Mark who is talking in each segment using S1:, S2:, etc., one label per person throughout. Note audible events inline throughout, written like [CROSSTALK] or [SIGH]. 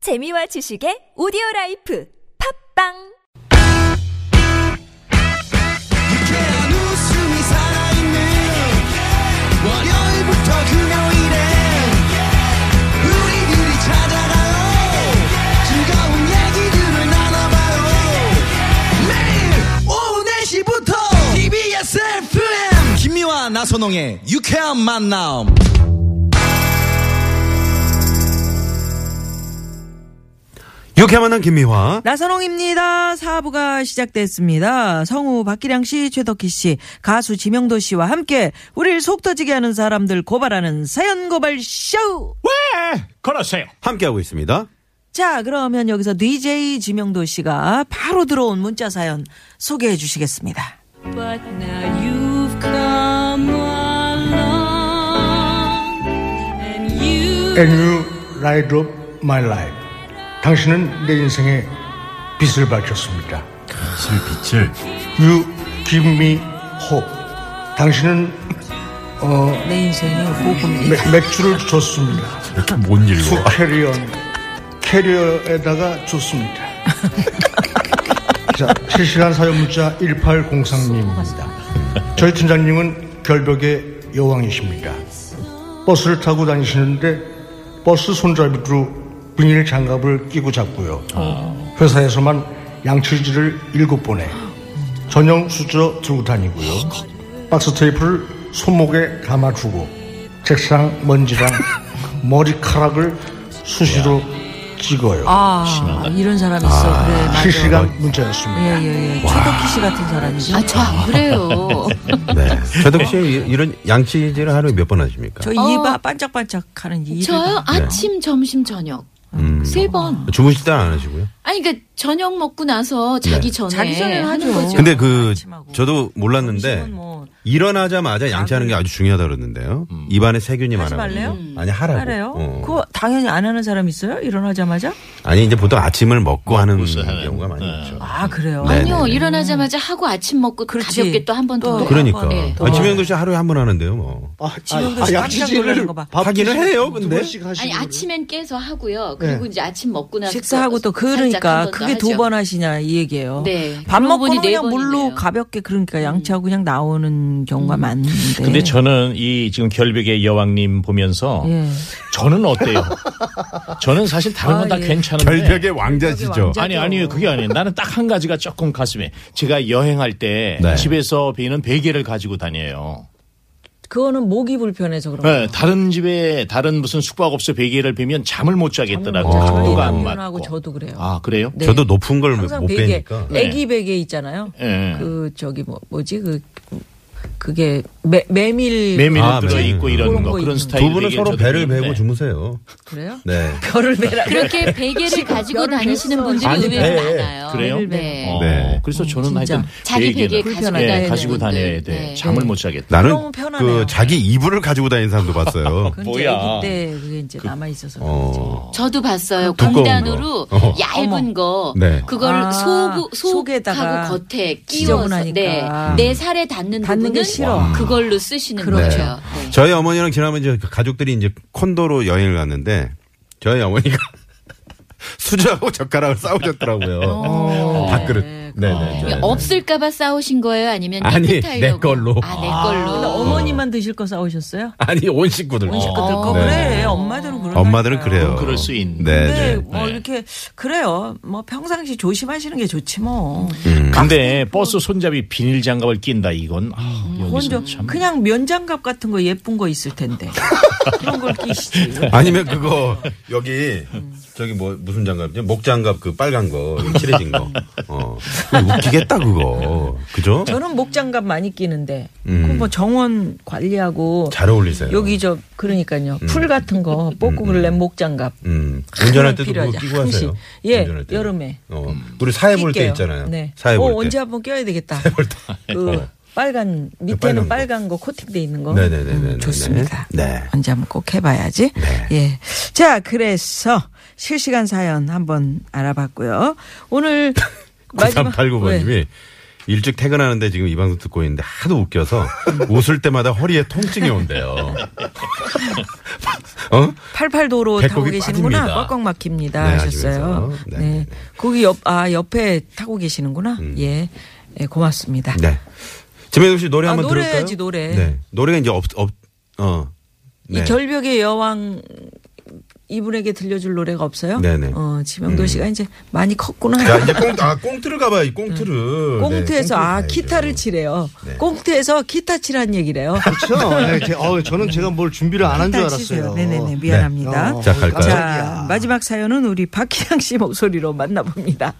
S1: 재미와 지식의 오디오 라이프 팝빵!
S2: 유쾌한 웃음이 살아있는 월요일부터 금요일에 우리들이 찾아가요 즐거운 얘기들을 나눠봐요 매일 오후 4시부터 TBS FM 김미와 나선홍의 유쾌한 만남
S3: 이렇게 만난 김미화.
S4: 나선홍입니다. 사부가 시작됐습니다. 성우 박기량 씨, 최덕희 씨, 가수 지명도 씨와 함께 우리를 속 터지게 하는 사람들 고발하는 사연 고발 쇼.
S5: 걸었어요.
S3: 함께하고 있습니다.
S4: 자, 그러면 여기서 DJ 지명도 씨가 바로 들어온 문자 사연 소개해 주시겠습니다.
S6: But now you've come along and you
S7: A new light of my life. 당신은 내 인생에 빛을 밝혔습니다. 빛을 빛을. You give me hope. 당신은 어,
S4: 내 인생의 호흡입니다.
S7: 맥, 맥주를 줬습니다.
S5: 뭔 일로?
S7: 투 캐리어 캐리어에다가 줬습니다. 자, 실시간 사연 문자 1803님입니다. 저희 팀장님은 결벽의 여왕이십니다. 버스를 타고 다니시는데 버스 손잡이로 비닐 장갑을 끼고 잡고요.
S5: 아.
S7: 예. 회사에서만 양치질을 일곱 번에 전용 수저 들고 다니고요. 박스 테이프를 손목에 감아주고 책상
S4: [LAUGHS]
S7: 먼지랑 머리카락을 수시로 찍어요.
S4: 아, 이런 사람 있어. 그래, 맞아.
S7: 실시간 문자였습니다.
S4: 예, 예, 예. 최덕희 씨 같은 사람이죠.
S8: 아, 저 안 그래요.
S3: 네. 저도 씨 이런 양치질을 하루에 몇 번 하십니까?
S4: [LAUGHS] 저 이봐 반짝반짝 하는 이.
S8: 저요? 아침, 점심, 저녁. 세 번.
S3: 어. 주무실 때는 안 하시고요.
S8: 아니, 그러니까 저녁 먹고 나서 자기 전에.
S4: 자기 전에
S8: 하는
S4: 하죠.
S8: 거죠.
S3: 근데 그
S4: 아침하고.
S3: 저도 몰랐는데
S4: 점심은 뭐-
S3: 일어나자마자 양치하는 게 아주 중요하다 그러는데요.
S5: 음.
S3: 입안에 세균이
S4: 하지
S3: 많아요.
S4: 말래요?
S3: 아니 하라고.
S4: 알아요?
S3: 어.
S4: 그거 당연히 안 하는 사람 있어요? 일어나자마자?
S3: 아니 이제 보통 아침을 먹고 하는
S5: 하는.
S3: 경우가 많이
S5: 네.
S3: 있죠.
S4: 아, 그래요?
S3: 네.
S8: 아니요, 일어나자마자 하고 아침 먹고
S4: 그렇지.
S8: 가볍게 또 한 번
S4: 또
S8: 더.
S3: 그러니까.
S8: 네.
S3: 아, 지명도 씨 하루에 한 번 하는데요. 뭐.
S5: 아,
S4: 지명도 씨 깜짝 놀라는 거 봐.
S3: 하기는
S4: 네.
S3: 해요. 근데
S8: 아니, 아침엔 깨서 하고요. 그리고 이제 아침 먹고 나서.
S4: 식사하고 또 그러니까 그게 두 번 하시냐 이 얘기예요.
S8: 네.
S4: 밥
S8: 그런
S4: 먹고
S8: 분이 네
S4: 그냥 물로
S8: 번이네요.
S4: 가볍게 그러니까 양치하고 그냥 나오는 경우가 많은데.
S5: 근데 저는 이 지금 결백의 여왕님 보면서
S4: 예.
S5: 저는 어때요? 저는 사실 다른 건 다
S4: 아, 예.
S5: 괜찮은데.
S3: 결벽의 왕자시죠.
S5: 아니 아니요 그게 아니에요. 나는 딱 한 가지가 조금 가슴에 제가 여행할 때
S3: 네.
S5: 집에서 베이는 베개를 가지고 다녀요.
S4: 그거는 목이 불편해서 그런
S5: 네, 다른 집에 다른 무슨 숙박업소 베개를 베면 잠을 못 자겠더라고.
S4: 거예요. 저희
S5: 각도가 안
S4: 남편하고
S5: 맞고.
S4: 저도 그래요.
S5: 아 그래요? 네.
S4: 네.
S3: 저도 높은 걸
S4: 항상
S3: 못
S4: 베개,
S3: 베니까.
S4: 애기 베개 있잖아요.
S5: 예.
S4: 그 저기 뭐 뭐지 그 그게 매, 메밀
S5: 메밀을
S3: 아,
S5: 들어 입고
S3: 네.
S5: 이런
S4: 그런
S5: 거
S4: 거
S5: 그런
S4: 있는
S5: 스타일.
S3: 두 분은
S5: 베개를
S3: 서로
S5: 저도
S3: 배를
S5: 베는데.
S3: 베고 주무세요.
S4: 그래요?
S5: [LAUGHS]
S3: 네.
S4: 별을 베라.
S8: 그렇게 베개를 가지고 다니시는 분들이
S3: 아니,
S8: 의외로
S3: 네.
S8: 많아요.
S5: 그래요?
S8: 네.
S5: 어,
S3: 네.
S5: 그래서 저는
S4: 진짜.
S5: 하여튼
S8: 자기 베개
S5: 베개는
S8: 가지고
S5: 예,
S4: 다녀야
S5: 가지고
S8: 되는데.
S5: 다녀야 돼.
S8: 네.
S5: 잠을 못 자겠다.
S3: 나는
S4: 너무 편하네요.
S3: 그 자기 이불을 가지고 다니는
S4: [LAUGHS]
S3: 사람도 봤어요. 네.
S4: 그건 이제
S5: 뭐야.
S4: 애기 때 그게 이제 남아 있어서 그렇죠.
S3: 어.
S8: 저도 봤어요.
S3: 두꺼운
S8: 공단으로
S3: 거. 어.
S8: 얇은 거
S3: 네.
S8: 그걸
S4: 아,
S8: 소구
S4: 속에다가
S8: 속하고 겉에 끼워서
S4: 지저분하니까.
S8: 네.
S3: 음.
S8: 내 살에 닿는
S4: 닿는 게
S8: 부분은
S4: 싫어.
S8: 그걸로 쓰시는
S4: 그렇죠.
S8: 거죠. 네.
S3: 저희 어머니랑 지난번 이제 그 가족들이 이제 콘도로 여행을 갔는데 저희 어머니가 [LAUGHS] 수저하고 젓가락을
S4: 어.
S3: 싸우셨더라고요. 밥그릇. 네네.
S8: 이게 없을까봐 싸우신 거예요? 아니면
S3: 아니, 네.
S8: 깨끗하려고?
S3: 내 걸로.
S8: 아,
S4: 네.
S8: 내 걸로.
S4: 어머니만 드실 거 싸우셨어요?
S3: [LAUGHS] 아니 온 식구들.
S4: 온 식구들 거
S3: 네.
S4: 그래. 아. 엄마들은 그래.
S3: 엄마들은 그래요.
S5: 어. 그럴 수 있는.
S4: 근데
S3: 네. 네.
S4: 뭐 이렇게 그래요. 뭐 평상시 조심하시는 게 좋지 뭐.
S5: 음,
S9: 음.
S5: 근데 버스 손잡이 비닐 장갑을 낀다 이건 아,
S4: 먼저
S5: 여기서 참
S4: 그냥 면장갑 같은 거 예쁜 거 있을 텐데 그런 걸 끼시지.
S3: 아니면 그거 여기 저기 뭐 무슨 장갑이죠? 목장갑 그 빨간 거 여기 칠해진 거. 어. 그거 웃기겠다 그거. 그죠?
S4: 저는 목장갑 많이 끼는데
S3: 음.
S4: 그뭐 정원 관리하고
S3: 잘 어울리세요.
S4: 여기 저 그러니까요 풀 같은 거 뽑고 그래 목장갑.
S3: 음. 운전할 때도 그거
S4: 필요하지,
S3: 끼고
S4: 항상.
S3: 하세요.
S4: 예,
S3: 운전할 때는.
S4: 여름에.
S3: 어. 우리 사회 볼 때
S4: 낄게요.
S3: 있잖아요.
S4: 네.
S3: 사회 볼
S4: 어,
S3: 때.
S4: 언제 한번 껴야 되겠다. 그
S3: [LAUGHS] 어.
S4: 빨간
S3: 빨간 거.
S4: 밑에는 빨간 거 코팅돼 있는 거.
S3: 네네네네네.
S4: 음, 좋습니다.
S3: 네.
S4: 언제 한번 꼭 해봐야지. 예. 자 그래서
S3: [LAUGHS]
S4: 실시간 사연 한번 알아봤고요. 오늘 마지막-
S3: 그
S4: 네.
S3: 9389번님이 일찍 퇴근하는데 지금 이 방송 듣고 있는데 하도 웃겨서 웃을 때마다 허리에 통증이 온대요. 어?
S4: 88도로 타고
S3: 배꼽이
S4: 계시는구나.
S3: 빠집니다.
S4: 꽉꽉 막힙니다.
S3: 네,
S4: 하셨어요.
S3: 아시면서.
S4: 네.
S3: 네, 네, 네.
S4: 거기 옆, 아, 옆에 타고 계시는구나. 예. 예, 고맙습니다.
S3: 네. 지명도 씨 노래
S4: 아,
S3: 한번 들을까요?
S4: 노래야지, 노래.
S3: 네. 노래가 이제 없, 없, 어. 네.
S4: 이 절벽의 여왕 이분에게 들려줄 노래가 없어요?
S3: 네네. 음.
S4: 어, 지명도 씨가 이제 많이 컸구나.
S3: 자, 이제 꽁, 아, 꽁트를 가봐요, 이 꽁트를. 네.
S4: 꽁트에서 아 기타를 치래요. 꽁트에서 기타 치란 얘기래요.
S9: 그렇죠. 네, 제- 어, 저는 제가 뭘 준비를 안 한
S4: 기타
S9: 줄 알았어요.
S4: 치세요. 네네네 미안합니다.
S9: 어,
S3: 자, 갈까요?
S4: 자 마지막 사연은 우리 박희양 씨 목소리로 만나봅니다.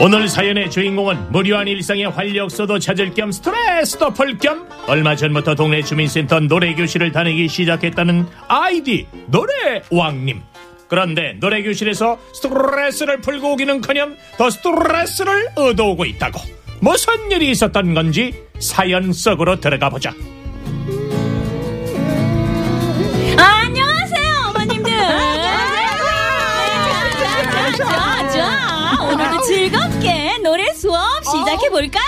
S5: 오늘 사연의 주인공은 무료한 일상의 활력소도 찾을 겸 스트레스도 풀 겸 얼마 전부터 동네 주민센터 노래교실을 다니기 시작했다는 아이디 노래왕님 그런데 노래교실에서 스트레스를 풀고 오기는커녕 더 스트레스를 얻어오고 있다고 무슨 일이 있었던 건지 사연 속으로 들어가 보자
S6: 안녕하세요, 어머님들. 네, 자, 자, 자, 자. 오늘도 즐겁게 노래 수업 시작해 볼까요?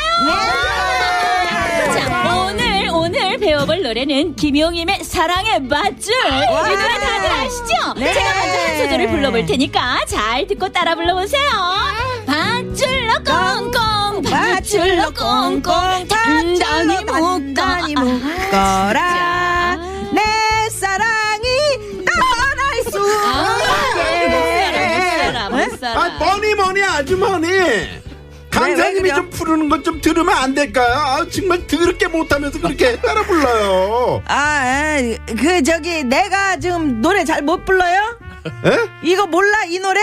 S6: 자, 오늘 오늘 배워볼 노래는 김용임의 사랑의 맛줄. 이 노래 다들 아시죠? 제가 먼저 한 소절을 불러볼 테니까 잘 듣고 따라 불러보세요. 밧줄로 꽁꽁, 음. 밧줄로 꽁꽁, 단단히 묶어.
S4: 묶어라 내 사랑이 떠날 수
S6: 아, 네, 못 살아, 못 살아, 못 살아.
S2: 뭐니 뭐니 아주머니
S4: 왜
S2: 강사님이
S4: 그래요?
S2: 좀 부르는 것 좀 들으면 안 될까요? 아, 정말 더럽게 못하면서 그렇게 따라 불러요.
S4: 아, 아그 저기 내가 지금 노래 잘 못 불러요?
S2: 에?
S4: 이거 몰라 이 노래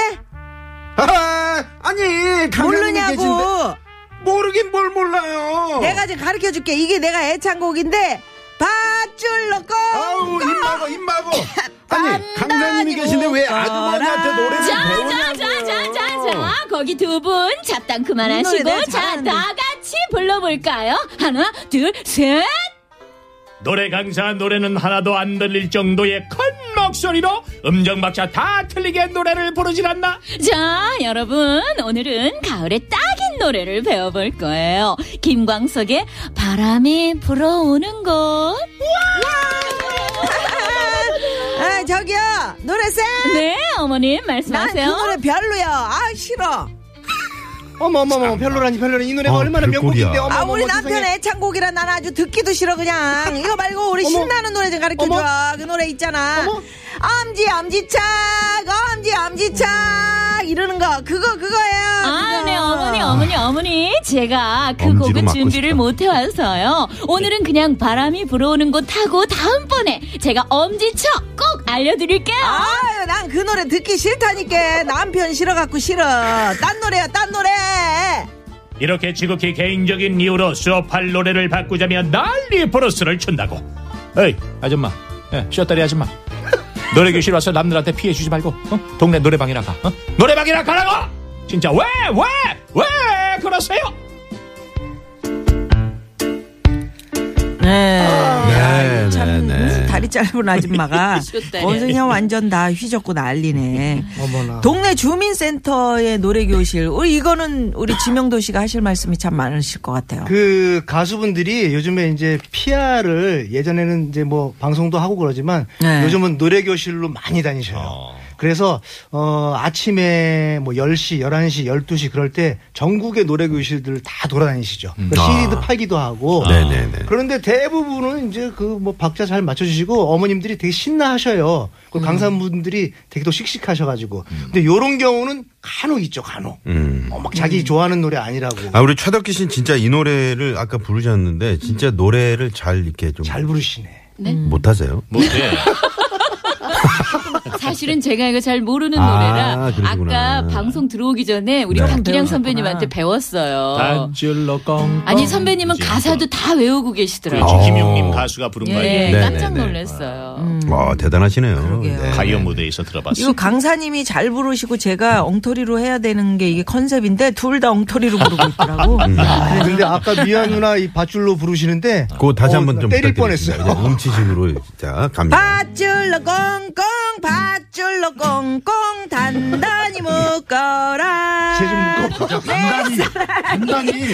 S2: 아, 아니 강사님이
S4: 모르냐고
S2: 계신데 모르긴 뭘 몰라요.
S4: 내가 지금 가르쳐 줄게 이게 내가 애창곡인데 밧줄로
S2: 아우
S4: 꽁꽁
S2: 입 막어 입 막어. 아니 강사님이 계신데 왜 아주머니한테 노래를 배우냐고요?
S5: 어.
S6: 자자자자자자 거기 두 분 잡담 그만하시고
S4: 노래 내가
S6: 자
S4: 잘하는데.
S6: 다 같이 불러볼까요? 하나 둘셋
S5: 노래 강사 노래는 하나도 안 들릴 정도의 큰 목소리로 음정 박자 다 틀리게 노래를 부르질 않나
S6: 자, 여러분, 오늘은 가을에 딱인 노래를 배워볼 거예요. 김광석의 바람이 불어오는 곳.
S4: 아 저기요 노래 쌤
S6: 네, 어머님,
S4: 난 그
S6: 말씀하세요.
S4: 노래 별로야. 아 싫어.
S9: 어머, 어머, 어머, 별로라니, 별로라니. 이 노래가
S3: 아,
S9: 얼마나
S3: 별꼴이야.
S9: 명곡인데, 어머,
S4: 아
S9: 어머,
S4: 우리
S9: 어머,
S4: 남편
S9: 세상에.
S4: 애창곡이라 난 아주 듣기도 싫어 그냥. 이거 말고 우리 신나는 노래 좀 가르쳐 줘. 그 노래 있잖아. 엄지 엄지착 엄지 엄지착 이러는 거 그거 그거예요.
S6: 아,
S4: 그거.
S6: 네, 어머니, 어머니, 어머니. 제가 그
S3: 엄지로
S6: 곡을
S3: 맞고
S6: 준비를
S3: 싶다.
S6: 못해와서요. 오늘은 그냥 바람이 불어오는 곳 하고 다음번에 제가 엄지척 꼭 알려드릴게요.
S4: 아유 난 그 노래 듣기 싫다니까 남편 싫어갖고 싫어 딴 노래야 딴 노래
S5: 이렇게 지극히 개인적인 이유로 수업할 노래를 바꾸자며 난리 버러스를 춘다고. 에이 아줌마, 예, 쇼다리 아줌마. [LAUGHS] 노래 교실 와서 남들한테 피해 주지 말고 어? 동네 노래방이나 가. 어? 노래방이나 가라고. 진짜 왜 왜 왜 그러세요?
S3: 네, 네,
S4: 참
S3: 네.
S4: 다리 짧은 아줌마가 원숭이야 완전 다 휘젓고 난리네.
S9: 어머나.
S4: 동네 주민센터의 노래교실. 우리 이거는 우리 지명도 씨가 하실 말씀이 참 많으실 것 같아요.
S9: 그 가수분들이 요즘에 이제 PR을 예전에는 이제 뭐 방송도 하고 그러지만
S4: 네.
S9: 요즘은 노래 교실로 많이 다니셔요. 그래서 어 아침에 뭐 10시, 11시, 12시 그럴 때 전국의 노래 교실들 다 돌아다니시죠. CD도 팔기도 하고.
S3: 음. 아. 네네네.
S9: 그런데 대부분은 이제 그 뭐 박자 잘 맞춰주시고 어머님들이 되게 신나하셔요. 그 강사분들이 되게 또 씩씩하셔가지고. 근데 요런 경우는 간혹 있죠, 간혹.
S3: 음.
S9: 어, 막 자기 좋아하는 노래 아니라고.
S3: 아, 우리 최덕기 씨는 진짜 이 노래를 아까 부르셨는데, 진짜 노래를 잘 이렇게 좀.
S9: 잘 부르시네.
S4: 음.
S3: 못하세요? 어.
S5: 뭔데?
S8: [LAUGHS] 사실은 제가 이거 잘 모르는
S3: 아,
S8: 노래라
S3: 그러시구나.
S8: 아까 방송 들어오기 전에 우리
S3: 네. 아,
S8: 박기량
S4: 배우셨구나.
S8: 선배님한테 배웠어요.
S5: 단줄로 꽁꽁.
S8: 아니 선배님은 가사도 다 외우고 계시더라고요.
S5: 그렇지
S3: 어.
S5: 김용림 가수가 부른 거예요.
S8: 예,
S3: 네,
S8: 깜짝
S3: 네, 네.
S8: 놀랐어요.
S4: 음.
S3: 와, 대단하시네요.
S4: 그러게요.
S3: 네.
S5: 가요 무대에서 들어봤어.
S4: 이거 강사님이 잘 부르시고 제가 엉터리로 해야 되는 게 이게 컨셉인데 둘 다 엉터리로 부르고 있더라고.
S9: 아, 근데 아까 미안 누나 이 밧줄로 부르시는데
S3: 그거 다시
S9: 어,
S3: 한번 좀
S9: 때릴
S3: 부탁드리겠습니다.
S9: 뻔했어요.
S3: 그냥 음치식으로 자 갑니다.
S4: 밧줄로 꽁꽁 밧줄로 꽁꽁 단단히 묶어라. 네,
S7: 제좀 묶어.
S2: 단단히 단단히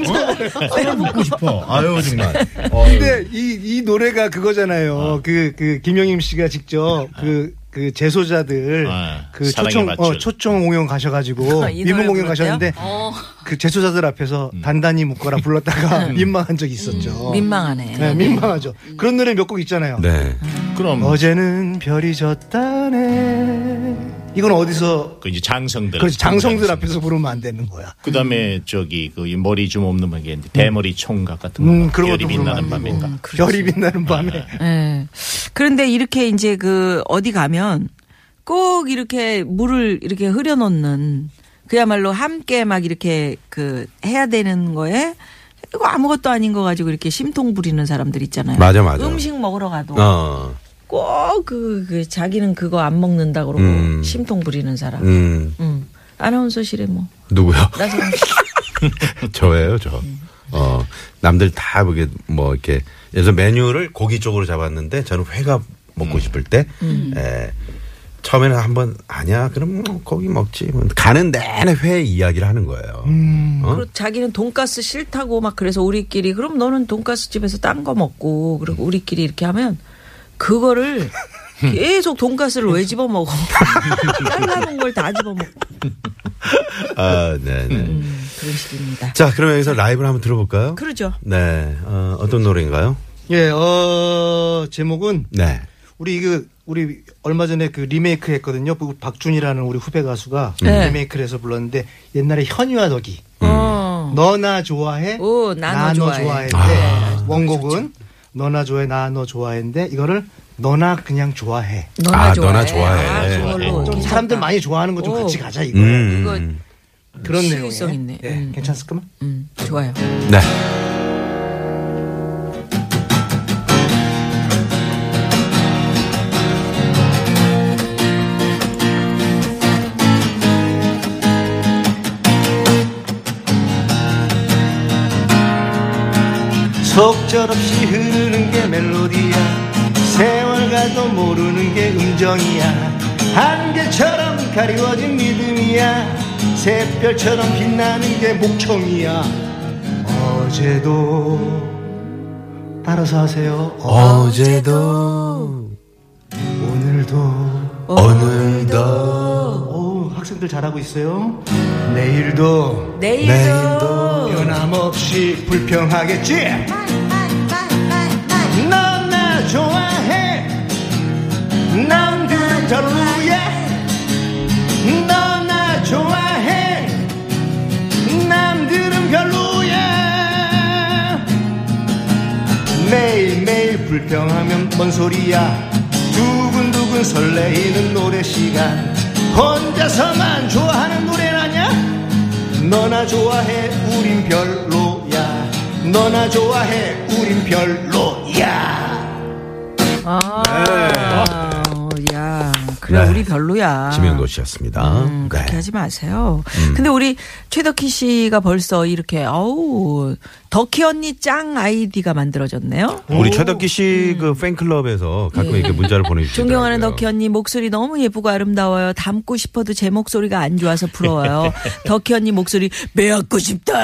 S2: 묶고 싶다. 어? 서로 묶고 싶어. 아유 정말. 어,
S9: [LAUGHS] 근데 이, 이 노래가 그거잖아요. 그, 그, 김영임 씨가 직접 그, 그 재소자들
S5: 아,
S9: 그
S5: 네. 사랑의
S9: 초청
S5: 밧줄.
S9: 어, 초청 공연
S4: [LAUGHS]
S9: 가셔가지고
S4: 이 노래
S9: 일본
S4: 불렀대요?
S9: 공연
S4: 어.
S9: 가셨는데
S5: 어.
S9: 그 재소자들 앞에서
S5: 음.
S9: 단단히 묶어라 불렀다가 [LAUGHS] 민망한 적이 있었죠.
S4: 음. 민망하네.
S9: 네, 민망하죠. 그런 노래 몇 곡 있잖아요.
S3: 네.
S5: 그럼
S9: 어제는 별이 졌다네. 이건 어디서
S5: 그 이제 장성들.
S9: 그렇지 장성들 앞에서 부르면 안 되는 거야.
S5: 그다음에 저기 그이 머리 좀 없는 게 있는데 대머리 총각 같은 거.
S9: 음, 그런
S5: 열이
S9: 것도 부르면
S5: 빛나는
S9: 안 되고.
S5: 밤인가.
S9: 별이 빛나는 밤에.
S4: 예. 그런데 이렇게 이제 그 어디 가면 꼭 이렇게 물을 이렇게 흐려놓는 그야말로 함께 막 이렇게 그 해야 되는 거에 이거 아무것도 아닌 거 가지고 이렇게 심통 부리는 사람들 있잖아요.
S3: 맞아, 맞아.
S4: 음식 먹으러 가도
S3: 어.
S4: 꼭 그 자기는 그거 안 먹는다 그러고
S3: 음.
S4: 심통 부리는 사람. 음.
S3: 음.
S4: 아나운서실에 뭐
S3: 누구요? [LAUGHS]
S4: 나선
S3: 저예요, 저.
S4: 네.
S3: 어, 남들 다 그게 뭐 이렇게 그래서 메뉴를 고기 쪽으로 잡았는데 저는 회가 먹고 싶을 때
S4: 음.
S3: 에, 처음에는 한번 아니야, 그럼 뭐 고기 먹지. 가는 내내 회 이야기를 하는 거예요. 어?
S4: 그리고 자기는 돈가스 싫다고 막 그래서 우리끼리 그럼 너는 돈가스 집에서 딴 거 먹고 그리고 우리끼리 이렇게 하면
S3: [LAUGHS]
S4: 그거를 계속 돈가스를 왜 집어 먹어? 잘라놓은 걸 다 집어 먹고
S3: 아, 네, 네.
S4: 그런 식입니다.
S3: 자, 그럼 여기서 라이브를 한번 들어볼까요?
S4: 음. 그러죠.
S3: 네, 어, 어떤 노래인가요?
S9: 예, 어, 제목은
S3: 네.
S9: 우리 그 우리 얼마 전에 그 리메이크 했거든요. 그 박준이라는 우리 후배 가수가 그
S4: 네.
S9: 리메이크를 해서 불렀는데 옛날에 현이와 덕이
S4: 어.
S9: 너나 좋아해
S4: 오, 나너 좋아해.
S9: 좋아해인데 원곡은 너나 좋아해 나 너 좋아해인데 이거를 너나 그냥 좋아해.
S4: 너나
S3: 아,
S4: 좋아해.
S3: 너나 좋아해.
S4: 아, 그걸로
S9: 좀
S4: 괜찮다.
S9: 사람들 많이 좋아하는 거 좀
S4: 오.
S9: 같이 가자 이거
S3: 음.
S4: 이거-
S9: 그런 내용이에요.
S4: 시의성 있네.
S9: 예,
S4: 음.
S9: 괜찮을까만?
S4: 음, 좋아요.
S3: 네.
S9: 속절없이 흐르는 게 멜로디야 세월 가도 모르는 게 음정이야 안개처럼 가리워진 믿음이야 새별처럼 빛나는 게 목청이야 어제도 따라서 하세요 어,
S3: 어제도,
S9: 오늘도
S3: 오늘도,
S9: 오 어, 학생들 잘하고 있어요 내일도
S4: 내일도.
S9: 변함없이 불평하겠지 넌 나 좋아해 난 그대로야 넌 나 좋아해 남들은 별로야 매일매일 불평하면 뭔 소리야 두근두근 설레이는 노래 시간 혼자서만 좋아하는 노래라냐 너나 좋아해 우린 별로야 너나 좋아해 우린
S2: 네.
S9: 별로야
S4: 아, 야, 그래
S3: 네.
S4: 우리 별로야.
S3: 지명도 씨였습니다. 네.
S4: 음, 그렇게 하지 마세요.
S3: 음.
S4: 근데 우리 최덕희 씨가 벌써 이렇게 어우 덕희 언니 짱 아이디가 만들어졌네요.
S3: 우리 최덕기 씨 그 팬클럽에서
S4: 예.
S3: 가끔 이렇게 문자를
S4: [LAUGHS]
S3: 보내주시죠.
S4: 존경하는 덕희 언니 목소리 너무 예쁘고 아름다워요. 닮고 싶어도 제 목소리가 안 좋아서 [LAUGHS] 부러워요. 덕희 언니 목소리 매갖고 싶다.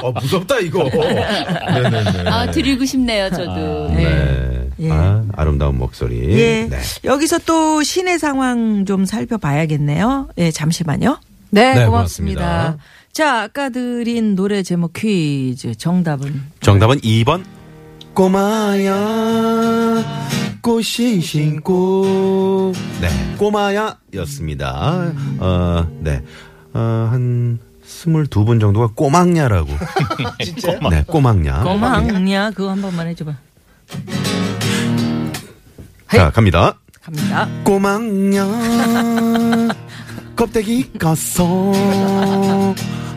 S3: 어, 무섭다, 이거. 네네네.
S8: 아, 드리고 싶네요, 저도.
S3: 네.
S4: 예.
S3: 아, 아름다운 목소리.
S4: 예.
S3: 네.
S4: 여기서 또 시내 상황 좀 살펴봐야겠네요. 예, 잠시만요. 네,
S3: 네,
S4: 고맙습니다.
S3: 고맙습니다.
S4: 자, 아까 드린 노래 제목 퀴즈 정답은
S3: 정답은 2번.
S2: 꼬마야 꽃이 신고
S3: 네. 꼬마야 였습니다. 어, 네. 어, 한 22분 정도가
S8: [LAUGHS]
S3: 꼬막냐라고.
S9: 진짜요?
S3: 네, 꼬막냐.
S4: 고마냐 그거 한 번만 해줘봐. 네.
S3: 자, 갑니다.
S4: 갑니다.
S2: 꼬막냐 음. 껍데기 가서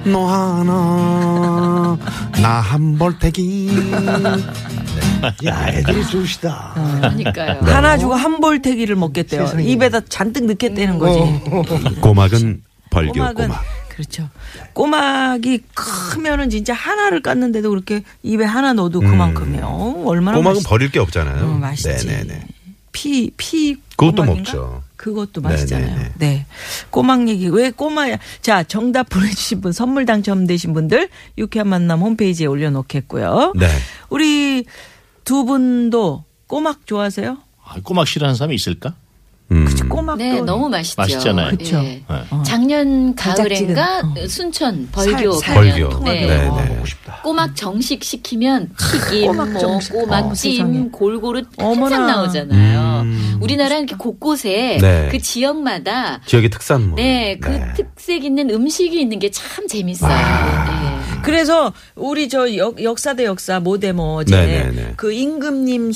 S2: 너 하나 나 한 볼테기
S8: 네.
S3: 아,
S9: 야 애들이 좋으시다
S8: 그러니까요.
S4: 아, 하나 주고 한 볼태기를 먹겠대요.
S9: 세상에. 어.
S4: 입에다 잔뜩 넣겠다는 거지.
S3: 네. 꼬막은 벌교 꼬막.
S4: 꼬막은 그렇죠. 꼬막이 크면은 진짜 하나를 깠는데도 그렇게 입에 하나 넣어도 그만큼이요. 얼마나
S3: 음. 꼬막은
S4: 맛있...
S3: 버릴 게 없잖아요.
S4: 어, 맛있지.
S3: 네네네.
S4: 피, 피.
S3: 그것도
S4: 꼬막인가?
S3: 먹죠.
S4: 그것도
S3: 네,
S4: 맛있잖아요.
S3: 네,
S4: 네,
S3: 네.
S4: 꼬막 얘기, 왜 꼬막, 자, 정답 보내주신 분, 선물 당첨되신 분들, 유쾌한 만남 홈페이지에 올려놓겠고요.
S3: 네.
S4: 우리 두 분도 꼬막 좋아하세요?
S5: 아, 꼬막 싫어하는 사람이 있을까?
S3: 음.
S4: 그치, 꼬막도.
S8: 네, 너무 맛있죠.
S5: 맛있잖아요.
S4: 그쵸.
S8: 예.
S5: 네.
S8: 작년
S4: 달짝지근.
S8: 가을엔가
S4: 어.
S8: 순천 벌교
S4: 살,
S8: 가면
S3: 벌교.
S8: 네.
S3: 네,
S8: 어,
S3: 네.
S8: 꼬막 정식 시키면 튀김,
S4: 꼬막
S8: 뭐
S4: 정식. 어, 세상에.
S8: 꼬막찜 골고루
S4: 어머나.
S8: 항상
S6: 哎
S8: 나오잖아요.
S3: 음.
S8: 우리나라 이렇게 곳곳에
S3: 네.
S8: 그 지역마다
S3: 지역의 특산물.
S8: 네, 그 특색 있는 음식이 있는 게 참 재밌어요. 예.
S4: 그래서 우리 저 역, 역사 대 역사 모대모
S3: 네, 음. 네,
S4: 어제
S3: 네.
S4: 그 임금님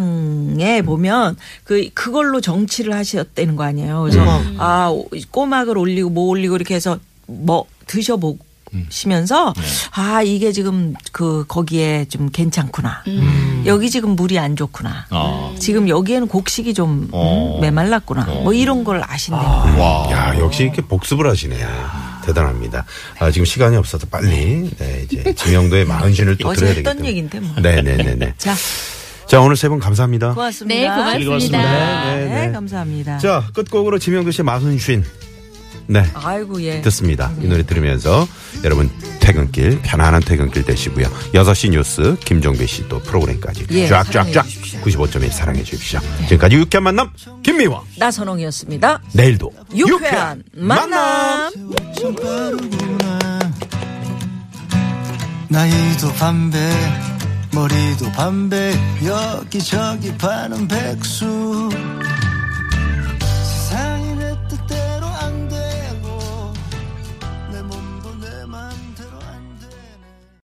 S4: 수라상에 보면 그 그걸로 정치를 하셨다는 거 아니에요. 그래서
S3: 음.
S4: 아 오- 꼬막을 올리고 뭐 올리고 이렇게 해서 뭐 드셔보고.
S3: 음.
S4: 시면서
S3: 네.
S4: 아 이게 지금 그 거기에 좀 괜찮구나
S2: 음.
S4: 여기 지금 물이 안 좋구나
S5: 아.
S4: 지금 여기에는 곡식이 좀
S5: 어.
S4: 음, 메말랐구나 뭐 이런 걸 아신대요
S3: 네.
S5: 와.
S3: 야, 역시 이렇게 복습을 하시네. 대단합니다. 아, 지금 시간이 없어서 빨리, 네, 이제 지명도의 마흔신을 또
S4: 어제
S3: 들어야 되겠다.
S4: 했던 얘기인데 뭐.
S3: 네네네네.
S4: [LAUGHS] 자
S3: 자, 오늘 세 분 감사합니다.
S4: 고맙습니다
S8: 네, 고맙습니다.
S3: 네, 네, 네.
S4: 네, 감사합니다
S3: 자, 끝곡으로 지명도 씨의 마흔쉰. 네.
S4: 아이고 예.
S3: 듣습니다. 이 노래 들으면서 여러분 퇴근길 편안한 퇴근길 되시고요. 6시 뉴스 김종배 씨 또 프로그램까지
S4: 예,
S3: 쫙쫙쫙
S4: 사랑해
S3: 95.1 사랑해 주십시오. 지금까지 유쾌한 만남 김미화
S4: 나선홍이었습니다.
S3: 내일도
S4: 유쾌한 만남.
S10: 참 빠르구나 나이도 반배 머리도 반배 여기저기 파는 백수